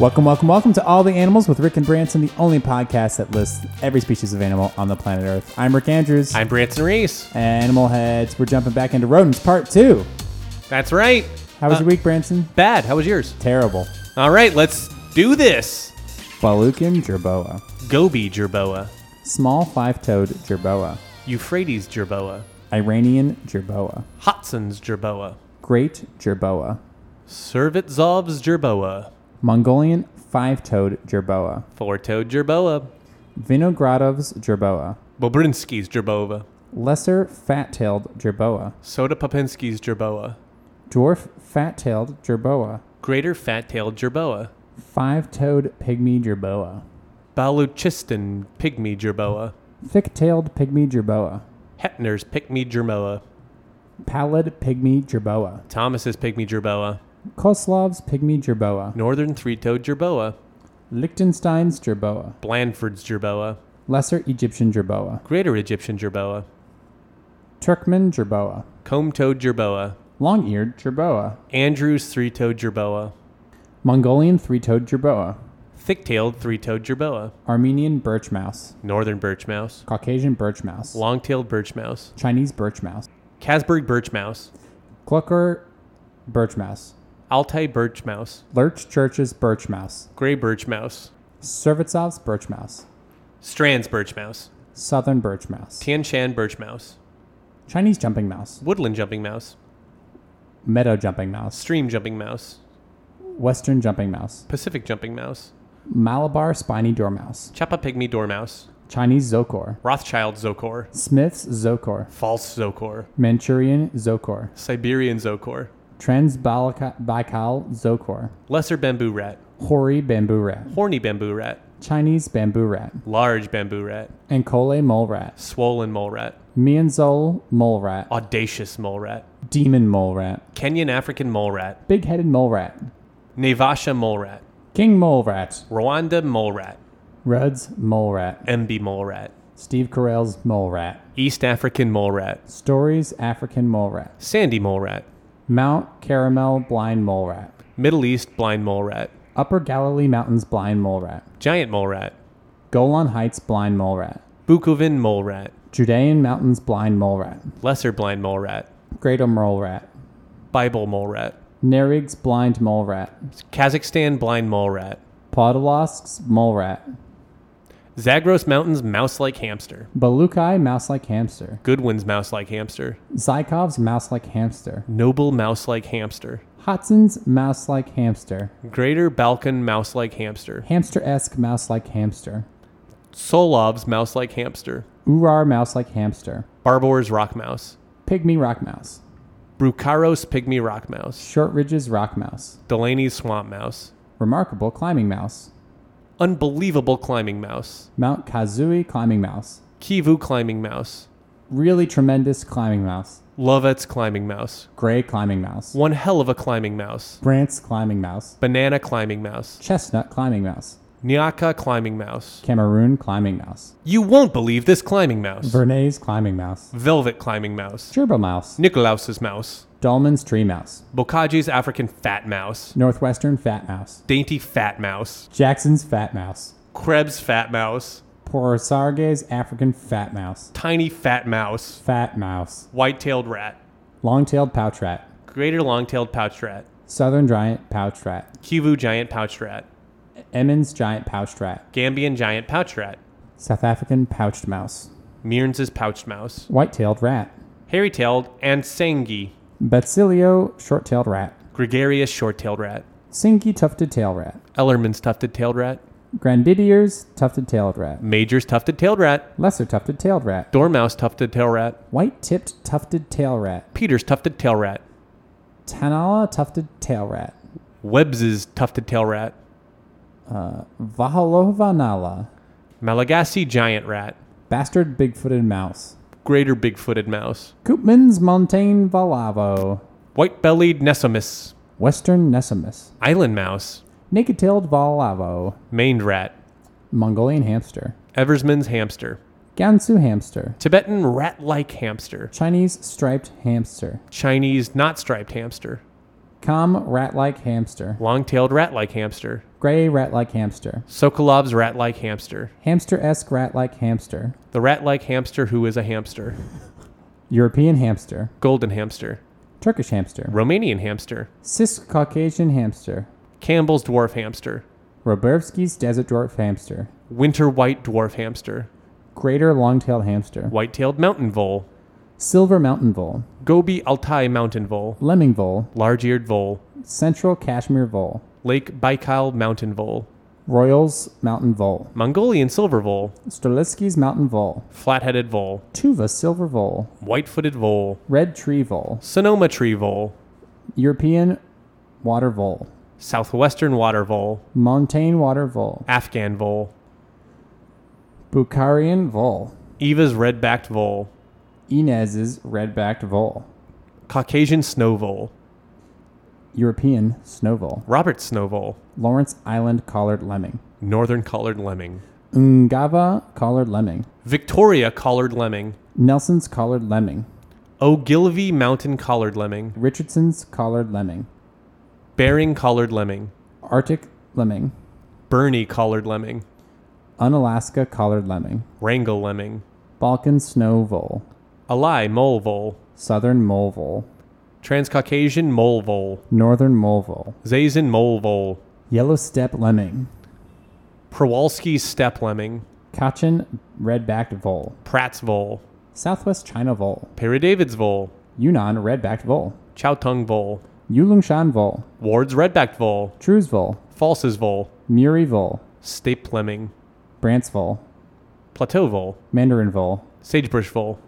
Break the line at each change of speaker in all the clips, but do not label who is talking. Welcome, welcome, welcome to All the Animals with Rick and Branson, the only podcast that lists every species of animal on the planet Earth. I'm Rick Andrews.
I'm Branson Reese.
Animal Heads. We're jumping back into rodents, part two.
That's right.
How was
Uh,
your week, Branson?
Bad. How was yours?
Terrible.
All right, let's do this.
Balukin gerboa.
Gobi gerboa,
Small five-toed gerboa.
Euphrates gerboa,
Iranian gerboa.
Hotson's gerboa,
Great gerboa.
Servitsov's gerboa,
Mongolian five-toed gerboa.
four-toed gerboa,
Vinogradov's gerboa.
Bobrinsky's gerboa,
Lesser fat-tailed gerboa.
Soda Popinski's gerboa,
Dwarf fat-tailed gerboa.
Greater fat-tailed gerboa,
Five-toed pygmy gerboa.
Baluchistan pygmy gerboa,
Thick-tailed pygmy gerboa.
Hepner's pygmy gerboa,
Pallid pygmy gerboa.
Thomas's pygmy gerboa,
Koslov's pygmy gerboa.
Northern three-toed gerboa,
Liechtenstein's gerboa.
Blandford's gerboa,
Lesser Egyptian gerboa.
Greater Egyptian gerboa,
Turkmen gerboa.
comb-toed gerboa,
Long-eared gerboa.
Andrew's three-toed gerboa,
Mongolian three-toed gerboa.
thick-tailed three-toed gerboa,
Armenian birch mouse.
northern birch mouse,
Caucasian birch mouse.
long-tailed birch mouse,
Chinese birch mouse.
Casberg birch mouse,
Glucker birch mouse.
Altai birch mouse,
Lurch Church's birch mouse.
gray birch mouse,
Servitsov's birch mouse.
Strand's birch mouse,
Southern birch mouse.
Tian Shan birch mouse,
Chinese jumping mouse.
woodland jumping mouse,
Meadow jumping mouse.
stream jumping mouse,
Western jumping mouse.
Pacific jumping mouse,
Malabar spiny dormouse.
Chapa pygmy dormouse,
Chinese zocor.
Rothschild zocor,
Smith's zocor.
false zocor,
Manchurian zocor.
Siberian zocor,
Transbaikal zocor.
lesser bamboo rat,
Hoary bamboo rat.
horny bamboo rat,
Chinese bamboo rat.
large bamboo rat,
Ankole mole rat.
swollen mole rat,
Mianzol mole rat.
audacious mole rat,
Demon mole rat.
Kenyan African mole rat,
Big headed mole rat.
Navasha mole rat,
King mole rat.
Rwanda mole rat,
Rudd's mole rat.
MB mole rat,
Steve Carell's mole rat.
East African mole rat,
Stories African mole rat.
Sandy mole rat,
Mount Caramel blind mole rat.
Middle East blind mole rat,
Upper Galilee Mountains blind mole rat.
giant mole rat,
Golan Heights blind mole rat.
Bukovan mole rat,
Judean Mountains blind mole rat.
lesser blind mole rat,
Greater mole rat.
Bible mole rat,
Nerig's blind mole rat.
Kazakhstan blind mole rat,
Podolosk's mole rat.
Zagros Mountains mouse like hamster,
Balukai mouse like hamster.
Goodwin's mouse like hamster,
Zykov's mouse like hamster.
Noble mouse like hamster,
Hodson's mouse like hamster.
Greater Balkan mouse like hamster,
Hamster esque mouse like hamster.
Solov's mouse like hamster,
Urar mouse like hamster.
Barbor's rock mouse,
Pygmy rock mouse.
Brucaros pygmy rock mouse.
Shortridge's rock mouse.
Delaney's swamp mouse,
Remarkable climbing mouse.
unbelievable climbing mouse,
Mount Kazui climbing mouse.
Kivu climbing mouse,
Really tremendous climbing mouse.
Lovet's climbing mouse,
Gray climbing mouse.
one hell of a climbing mouse,
Brant's climbing mouse.
banana climbing mouse,
Chestnut climbing mouse.
Nyaka climbing mouse.
Cameroon climbing mouse.
You won't believe this climbing mouse.
Vernay's climbing mouse.
Velvet climbing mouse,
Gerbil mouse.
Nikolaus's mouse,
Dolman's tree mouse.
Bokaji's African fat mouse,
Northwestern fat mouse.
Dainty fat mouse,
Jackson's fat mouse.
Krebs fat mouse,
Porosarge's African fat mouse.
Tiny fat mouse,
Fat mouse.
White-tailed rat,
Long-tailed pouch rat.
Greater long-tailed pouched rat,
Southern giant pouch rat.
Kivu giant pouched rat,
Emmons giant pouched rat.
Gambian giant pouched rat,
South African pouched mouse.
Mearns' pouched mouse,
White-tailed rat.
hairy tailed, and sangi,
Basilio short-tailed rat.
gregarious short tailed rat,
Sinky tufted tail rat.
Ellerman's tufted tailed rat,
Grandidier's tufted tailed rat.
Major's tufted tailed rat,
Lesser tufted tailed rat.
Dormouse tufted tail rat,
White-tipped tufted tail rat.
Peter's tufted tail rat,
Tanala tufted tail rat.
Webbs's tufted tail rat,
Vahalovanala.
Malagasy giant rat,
Bastard big-footed mouse.
greater big footed mouse,
Koopman's montane valavo.
white bellied nesomus,
Western Nessimus.
island mouse,
Naked tailed Valavo.
maned rat,
Mongolian hamster.
Eversman's hamster,
Gansu hamster.
Tibetan rat like hamster,
Chinese striped hamster.
Chinese not striped hamster,
Com rat like hamster.
Long tailed rat like hamster.
Gray rat like hamster.
Sokolov's rat like hamster.
Hamster esque rat like hamster.
The rat like hamster who is a hamster.
European hamster.
Golden hamster.
Turkish hamster.
Romanian hamster.
Cis Caucasian hamster.
Campbell's dwarf hamster.
Roberski's desert dwarf hamster.
Winter white dwarf hamster.
Greater long tailed hamster.
White tailed mountain vole.
Silver mountain vole.
Gobi Altai mountain vole.
Lemming vole.
Large eared vole.
Central Kashmir vole.
Lake Baikal mountain vole.
Royals mountain vole.
Mongolian silver vole.
Strelitsky's mountain vole.
Flat headed vole.
Tuva silver vole.
White footed vole.
Red tree vole.
Sonoma tree vole.
European water vole.
Southwestern water vole.
Montane water vole.
Afghan vole.
Bukharian vole.
Eva's red backed vole.
Inez's red-backed vole.
Caucasian snow vole.
European snow vole.
Robert snow vole.
Lawrence Island collared lemming.
Northern collared lemming.
Ungava collared lemming.
Victoria collared lemming.
Nelson's collared lemming.
Ogilvy mountain collared lemming.
Richardson's collared lemming.
Bering collared lemming.
Arctic lemming.
Bernie collared lemming.
Unalaska collared lemming.
Wrangell lemming.
Balkan snow vole.
Alai mole vole.
Southern mole vole.
Transcaucasian mole vole.
Northern mole vole.
Zazen mole vole.
Yellow step lemming.
Przewalski steppe lemming.
Kachin red-backed vole.
Pratt's vole.
Southwest China vole.
Perry David's vole.
Yunnan red-backed vole.
Chowtung vole.
Yulungshan vole.
Ward's redbacked vole.
Trues vole.
False's vole.
Muri vole.
Stape lemming.
Brant's vole.
Plateau vole.
Mandarin vole,
Sagebrush vole.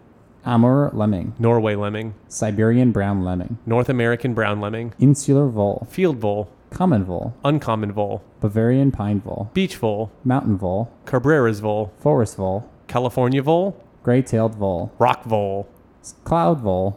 Amur lemming,
Norway lemming.
Siberian brown lemming,
North American brown lemming.
insular vole,
Field vole.
common vole,
Uncommon vole.
Bavarian pine vole,
Beach vole.
mountain vole,
Cabrera's vole.
forest vole,
California vole.
gray-tailed vole,
Rock vole.
s- cloud vole,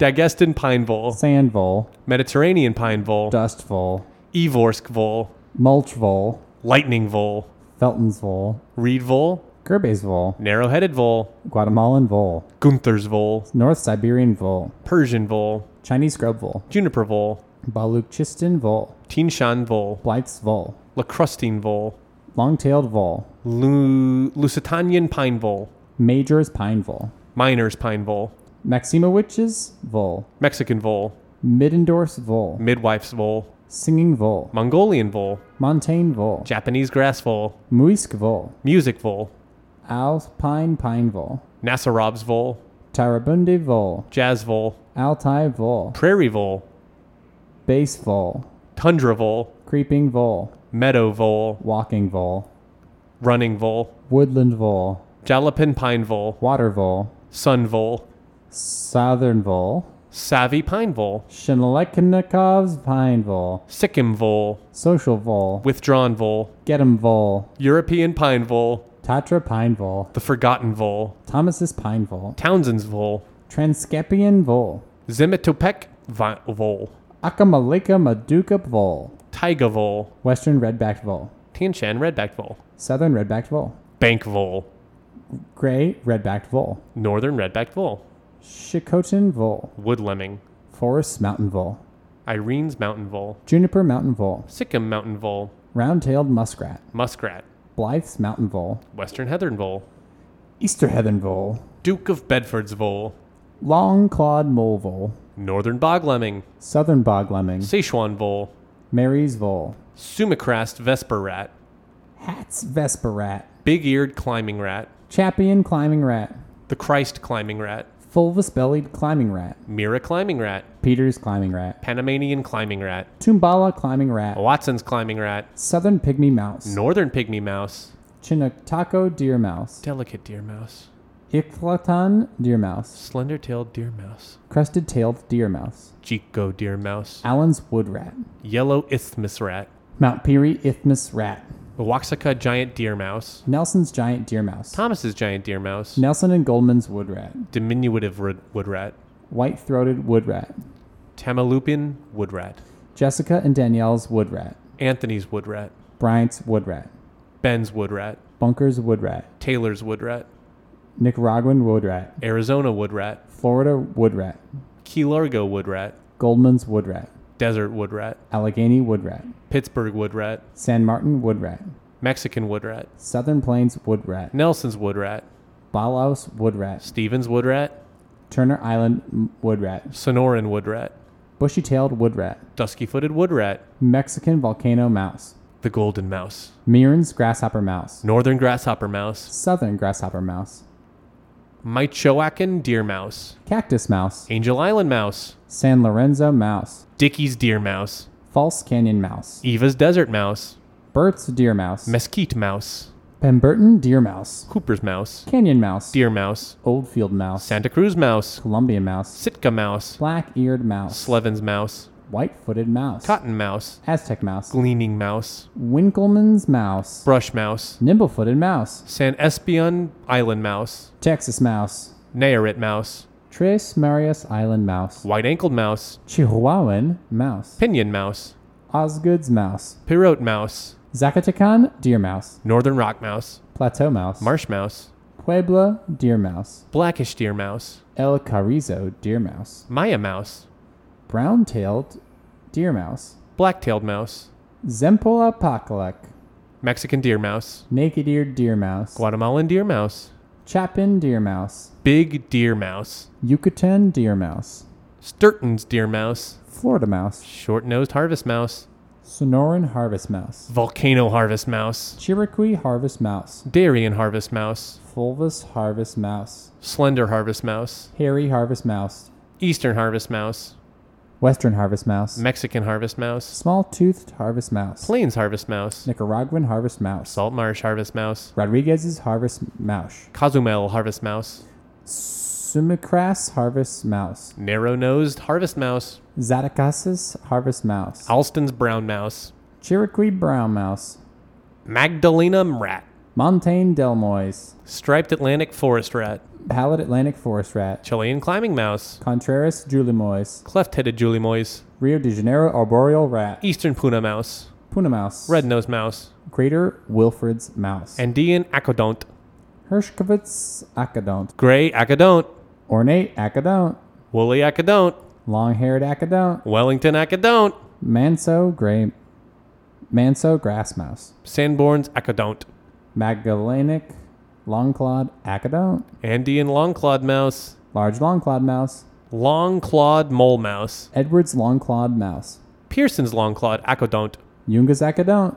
Dagestan pine vole.
sand vole,
Mediterranean pine vole.
dust vole,
Evorsk vole.
mulch vole,
Lightning vole.
Felton's vole,
Reed vole.
Gerbe's vole,
Narrow headed vole.
Guatemalan vole,
Gunther's vole.
North Siberian vole,
Persian vole.
Chinese scrub vole,
Juniper vole.
Baluchistan vole,
Tinshan vole.
Blythe's vole,
Lacrustine vole.
long-tailed vole,
Lu- Lusitanian pine vole.
Major's pine vole,
Miners pine vole.
Maximowicz's vole,
Mexican vole.
Middendorf's vole,
Midwife's vole.
Singing Vole,
Mongolian vole.
Montane Vole,
Japanese grass vole.
Muisk Vole,
Music vole.
Alpine Pine Vole,
Nasarov's vole.
Tarabundi Vole,
Jazz vole.
Altai Vole,
Prairie vole.
Base Vole,
Tundra vole.
Creeping Vole,
Meadow vole.
Walking Vole,
Running vole.
Woodland Vole,
Jalapin pine vole.
Water Vole,
Sun vole.
Southern Vole,
Savvy pine vole.
Shineleknikov's Pine Vole,
Sikkim vole.
Social Vole,
Withdrawn vole.
Getum Vole,
European pine vole.
Tatra Pine Vole,
The forgotten vole.
Thomas's Pine Vole,
Townsend's vole.
Transcaspian Vole,
Zimitopek vi- vole.
Akamalika Maduka Vole,
Taiga vole.
Western Redbacked Vole,
Tian Shan redbacked vole.
Southern Redbacked Vole,
Bank vole.
Gray Redbacked Vole,
Northern redbacked vole.
Shikotan Vole,
Wood lemming.
Forest Mountain Vole,
Irene's mountain vole.
Juniper Mountain Vole,
Sikkim mountain vole.
Round-tailed Muskrat,
Muskrat.
Blythe's Mountain Vole,
Western heathern vole.
Easter Heathern Vole,
Duke of Bedford's vole.
Long-clawed Mole Vole,
Northern bog lemming.
Southern Bog Lemming,
Sichuan vole.
Mary's Vole,
Sumacrast vesper rat.
Hat's Vesper Rat,
Big-eared climbing rat.
Champion Climbing Rat,
The Christ climbing rat.
Fulvous-bellied Climbing Rat,
Mira climbing rat.
Peter's Climbing Rat,
Panamanian climbing rat.
Tumbala Climbing Rat,
Watson's climbing rat.
Southern Pygmy Mouse,
Northern pygmy mouse.
Chinoctaco Deer Mouse,
Delicate deer mouse.
Ichlatan Deer Mouse,
Slender-tailed deer mouse.
Crested-tailed Deer Mouse,
Chico deer mouse.
Allen's wood rat,
Yellow isthmus rat. Mount
Mount Peary isthmus rat,
Waxaca giant deer mouse.
Nelson's giant deer mouse,
Thomas's giant deer mouse.
Nelson and Goldman's wood rat,
Diminutive wood, wood rat.
white-throated wood rat,
Tamalupin wood rat.
Jessica and Danielle's wood rat,
Anthony's wood rat.
Bryant's wood rat,
Ben's wood rat.
Bunker's wood rat,
Taylor's wood rat.
Nicaraguan wood rat,
Arizona wood rat.
Florida wood rat,
Key Largo wood rat.
Goldman's wood rat,
desert wood rat,
Allegheny wood rat,
Pittsburgh wood rat,
San Martin wood rat,
Mexican wood rat,
Southern Plains wood rat,
Nelson's wood rat,
Balaus wood rat,
Stevens wood rat,
Turner Island m- wood rat,
Sonoran wood rat,
bushy tailed wood rat,
dusky footed wood rat,
Mexican volcano mouse,
the golden mouse,
Mearns grasshopper mouse,
northern grasshopper mouse,
Southern grasshopper mouse,
Michoacan deer mouse,
cactus mouse,
Angel Island mouse,
San Lorenzo mouse,
Dickey's deer mouse,
False Canyon mouse,
Eva's desert mouse,
Burt's deer mouse,
mesquite mouse,
Pemberton deer mouse,
Cooper's mouse,
Canyon mouse,
deer mouse,
Oldfield mouse,
Santa Cruz mouse,
Columbia mouse,
Sitka mouse,
Black-eared mouse,
Slevin's mouse,
White-footed mouse,
Cotton mouse,
Aztec mouse,
Gleaning mouse,
Winkelmann's mouse,
Brush mouse,
Nimble-footed mouse,
San Espion Island mouse,
Texas mouse,
Nayarit mouse,
Tres Marias Island mouse,
White Ankled mouse,
Chihuahuan mouse,
Pinion mouse,
Osgood's mouse,
Pirote mouse,
Zacatecan deer mouse,
Northern Rock mouse,
Plateau mouse,
Marsh mouse,
Puebla deer mouse,
Blackish deer mouse,
El Carrizo deer mouse,
Maya mouse,
brown-tailed deer mouse,
Black-tailed mouse,
Zempola Pakalek,
Mexican deer mouse,
naked-eared deer mouse,
Guatemalan deer mouse,
Chapin deer mouse,
Big deer mouse,
Yucatan deer mouse,
Sturton's deer mouse,
Florida mouse,
Short-nosed harvest mouse,
Sonoran harvest mouse,
Volcano harvest mouse,
Chiricahua harvest mouse,
Darien harvest mouse,
Fulvous harvest mouse,
Slender harvest mouse,
hairy harvest mouse,
Eastern harvest mouse,
western harvest mouse,
Mexican harvest mouse,
small-toothed harvest mouse,
Plains harvest mouse,
Nicaraguan harvest mouse,
Salt Marsh harvest mouse,
Rodriguez's harvest mouse,
Cozumel harvest mouse,
Sumacras harvest mouse,
Narrow nosed harvest mouse,
Zatacas's harvest mouse,
Alston's brown mouse,
Chiricahua brown mouse,
Magdalena rat,
Montaigne Delmoise,
Striped Atlantic forest rat,
Pallid Atlantic forest rat,
Chilean climbing mouse,
Contreras julimois,
Cleft headed julimois,
Rio de Janeiro arboreal rat,
Eastern puna mouse,
Puna mouse,
E- Red nosed mouse,
Greater Wilfred's mouse,
Andean acodont,
Hershkovitz acodont,
Gray acodont,
ornate acodont,
Woolly acodont,
long-haired acodont,
Wellington acodont,
Manso gray, Manso grass mouse,
Sanborn's acodont,
Magellanic long-clawed acodont,
Andean long clawed mouse,
large long-clawed mouse,
Long clawed mole mouse,
Edwards long-clawed mouse,
Pearson's long clawed acodont,
Yunga's acodont,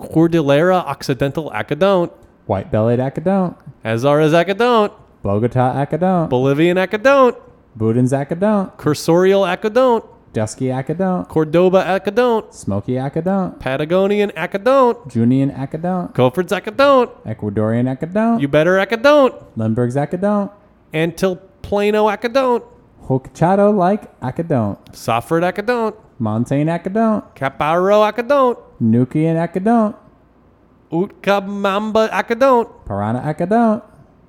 Cordillera occidental acodont,
white-bellied acodont,
Azara's acodont,
Bogota acodont,
Bolivian acodont,
Budin's acodont,
Cursorial acodont,
Dusky acodont,
Cordoba acodont,
Smoky acodont,
Patagonian acodont,
Junian acodont,
Coford's acodont,
Ecuadorian acodont,
You Better acodont,
Lindbergh's acodont,
Antil Plano acodont,
Hokkaido like acodont,
Safford acodont,
Montaigne acodont,
Caparo acodont,
Nukian acodont,
Utcamamba acodont,
Parana acodont,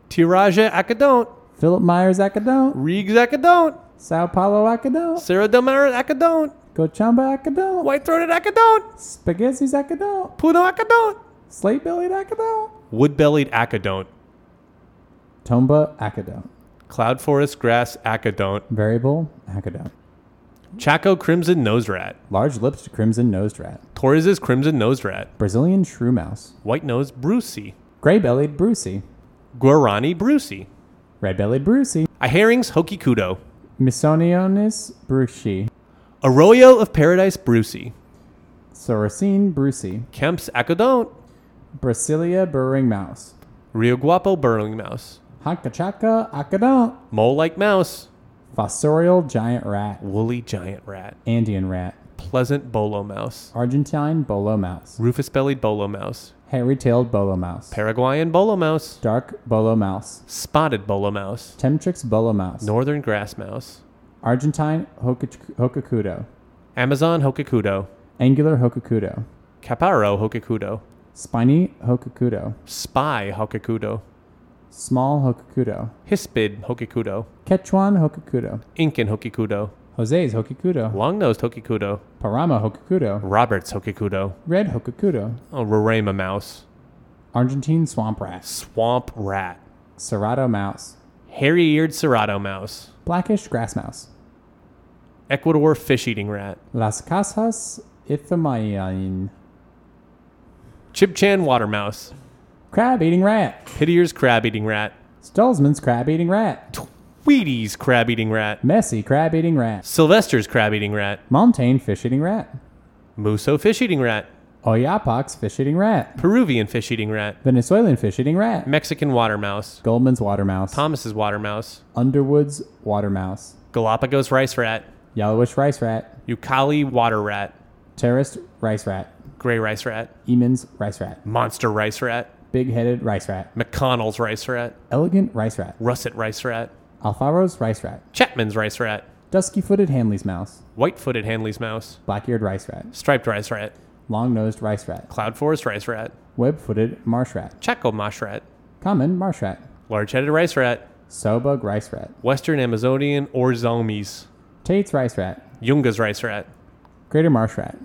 Tiraja acodont,
Philip Myers acodont,
Riggs acodont,
Sao Paulo acodont,
Serra del Mar acodont,
Cochamba acodont,
White throated acodont,
Spaghetti's acodont,
Puno acodont,
Slate-bellied acodont,
Wood bellied acodont,
Tomba acodont,
Cloud forest grass acodont,
Variable acodont,
Chaco crimson nose rat,
Large-lipped crimson-nosed rat,
Torres's crimson nose rat,
Brazilian shrew mouse,
White nose brucey,
Gray-bellied brucey,
Guarani brucey,
Red-bellied brucey,
a herring's hokey kudo,
Misonionis brucey,
Arroyo of paradise brucey,
Soracine brucey,
Kemp's acodont,
Brasilia burrowing mouse,
Rio Guapo burrowing mouse,
Hakachaka acodont,
mole like mouse,
fossorial giant rat,
woolly giant rat,
Andean rat,
pleasant bolo mouse,
Argentine bolo mouse,
rufous bellied bolo mouse,
hairy-tailed bolo mouse,
Paraguayan bolo mouse,
dark bolo mouse,
spotted bolo mouse,
Temtrix bolo mouse,
northern grass mouse,
Argentine hokach- hokakudo,
Amazon hokakudo,
angular hokakudo,
Caparo hokakudo,
spiny hokakudo,
Spy Hokakudo,
small hokakudo,
Hispid Hokakudo,
Quechuan hokakudo,
Incan Hokakudo,
Jose's hokakudo,
Long Nosed Hokakudo,
Parama hokakudo,
Roberts Hokakudo,
red hokakudo,
oh, Roraima Mouse,
Argentine swamp rat,
Swamp Rat,
Cerrado mouse,
Hairy Eared Cerrado Mouse,
blackish grass mouse,
Ecuador fish eating rat.
Las Casas Ithamayan.
Chibchan water mouse.
Crab eating rat.
Pittier's crab eating rat.
Stolzman's crab eating rat.
Tweety's crab eating rat.
Messy crab eating rat.
Sylvester's crab eating rat.
Montaigne fish eating rat.
Muso fish eating rat.
Oyapok's fish eating rat.
Peruvian fish eating rat.
Venezuelan fish eating rat.
Mexican water mouse.
Goldman's water mouse.
Thomas's water mouse.
Underwood's water mouse.
Galapagos rice rat.
Yellowish rice rat.
Ucali water rat.
Terraced rice rat.
Gray rice rat.
Eamon's rice rat.
Monster rice rat.
Big headed rice rat.
McConnell's rice rat.
Elegant rice rat.
Russet rice rat.
Alfaro's rice rat.
Chapman's rice rat.
Dusky footed Hamley's mouse.
White footed Hanley's mouse.
Black eared rice rat.
Striped rice rat.
Long nosed rice rat.
Cloud forest rice rat.
Web footed marsh rat.
Chaco mosh rat.
Common marsh rat.
Large headed rice rat.
Sobug rice rat.
Western Amazonian or Zalmies.
Tate's rice rat.
Yunga's rice rat.
Greater marsh rat.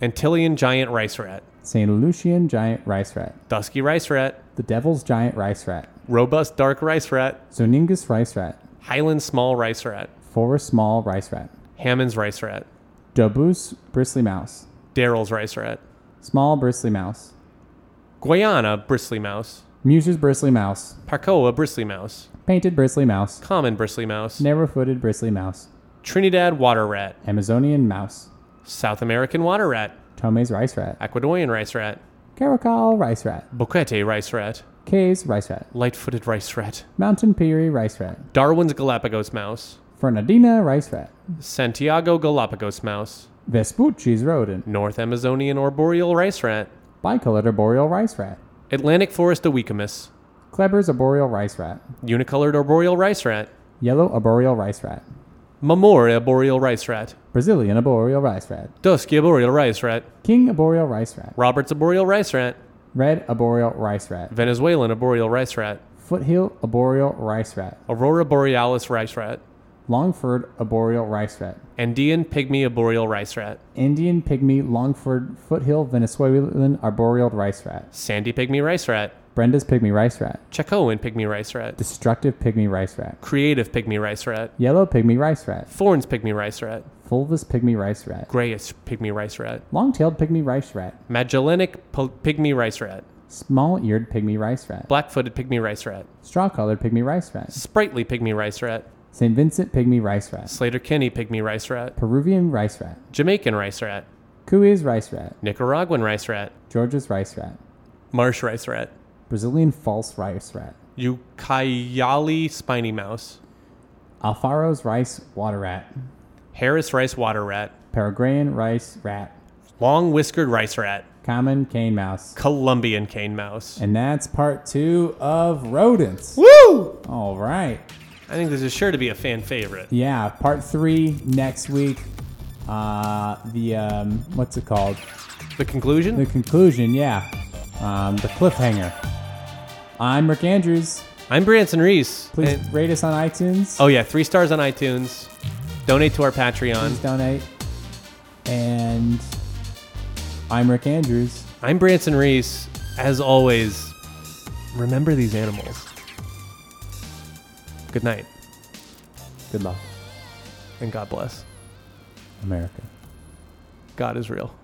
Antillean giant rice rat.
St. Lucian giant rice rat.
Dusky rice rat.
The devil's giant rice rat.
Robust dark rice rat.
Zoningus rice rat.
Highland small rice rat.
Forest small rice rat.
Hammond's rice rat.
Dobus bristly mouse.
Daryl's rice rat.
Small bristly mouse.
Guiana bristly mouse.
Muser's bristly mouse.
Parcoa bristly mouse.
Painted bristly mouse.
Common bristly mouse.
Narrow footed bristly mouse.
Trinidad water rat.
Amazonian mouse.
South American water rat.
Tome's rice rat.
Ecuadorian rice rat.
Caracal rice rat.
Boquete rice rat.
Kay's rice rat.
Light footed rice rat.
Mountain Peary rice rat.
Darwin's Galapagos mouse.
Fernandina rice rat.
Santiago Galapagos mouse.
Vespucci's rodent.
North Amazonian arboreal rice rat.
Bicolor arboreal rice rat.
Atlantic forest oecomus.
Kleber's arboreal rice rat.
Unicolored arboreal rice rat.
Yellow arboreal rice rat.
Mamor arboreal rice rat.
Brazilian arboreal rice rat.
Dusky arboreal rice rat.
King arboreal rice rat.
Roberts arboreal rice rat.
Red arboreal rice rat.
Venezuelan arboreal rice rat.
Foothill arboreal rice rat.
Aurora borealis rice rat.
Longford arboreal rice rat.
Andean pygmy arboreal rice rat.
Indian pygmy Longford foothill Venezuelan arboreal rice rat.
Sandy pygmy rice rat.
Brenda's pygmy rice rat.
Chacoan pygmy rice rat.
Destructive pygmy rice rat.
Creative pygmy rice rat.
Yellow pygmy rice rat.
Thorns pygmy rice rat.
Fulvous pygmy rice rat.
Grayus pygmy rice rat.
Long-tailed pygmy rice rat.
Magellanic po- pygmy rice rat.
Small-eared pygmy rice rat.
Black footed pygmy rice rat.
Straw-colored pygmy rice rat.
Sprightly pygmy rice rat.
St. Vincent pygmy rice rat.
Slater Kinney pygmy rice rat.
Peruvian rice rat.
Jamaican rice rat.
Kui's rice rat.
Nicaraguan rice rat.
Georgia's rice rat.
Marsh rice rat.
Brazilian false rice rat.
Ucayali spiny mouse.
Alfaro's rice water rat.
Harris rice water rat.
Paraguayan rice rat.
Long whiskered rice rat.
Common cane mouse.
Colombian cane mouse.
And that's part two of rodents.
Woo!
All right.
I think this is sure to be a fan favorite.
Yeah, part three next week. Uh, the um, what's it called?
The conclusion?
The conclusion, yeah. Um, the cliffhanger. I'm Rick Andrews.
I'm Branson Reese.
Please
And-
rate us on iTunes.
oh, yeah, three stars on iTunes. Donate to our Patreon.
Please donate. And I'm Rick Andrews.
I'm Branson Reese. As always, remember these animals. Good night,
Good luck,
and God bless.
America.
God is real.